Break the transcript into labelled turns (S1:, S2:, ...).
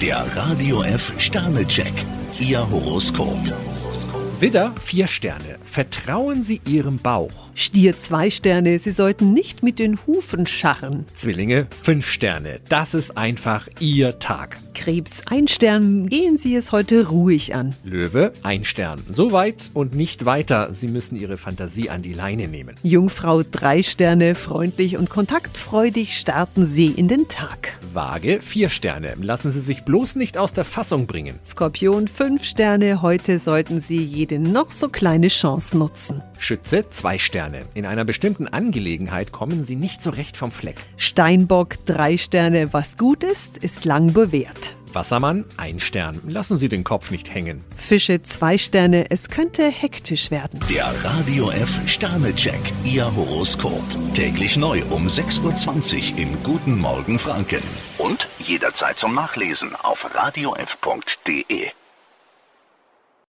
S1: Der Radio F Sternecheck. Ihr Horoskop.
S2: Widder, vier Sterne. Vertrauen Sie Ihrem Bauch.
S3: Stier zwei Sterne, Sie sollten nicht mit den Hufen scharren.
S2: Zwillinge, fünf Sterne. Das ist einfach Ihr Tag.
S3: Krebs ein Stern, gehen Sie es heute ruhig an.
S2: Löwe, ein Stern. So weit und nicht weiter. Sie müssen Ihre Fantasie an die Leine nehmen.
S3: Jungfrau drei Sterne, freundlich und kontaktfreudig starten Sie in den Tag.
S2: Waage, vier Sterne. Lassen Sie sich bloß nicht aus der Fassung bringen.
S3: Skorpion fünf Sterne, heute sollten Sie jede noch so kleine Chance nutzen.
S2: Schütze, zwei Sterne. In einer bestimmten Angelegenheit kommen Sie nicht so recht vom Fleck.
S3: Steinbock drei Sterne, was gut ist, ist lang bewährt.
S2: Wassermann, ein Stern. Lassen Sie den Kopf nicht hängen.
S3: Fische zwei Sterne, es könnte hektisch werden.
S1: Der Radio F Sternecheck. Ihr Horoskop. Täglich neu um 6.20 Uhr im Guten Morgen Franken. Und jederzeit zum Nachlesen auf radiof.de.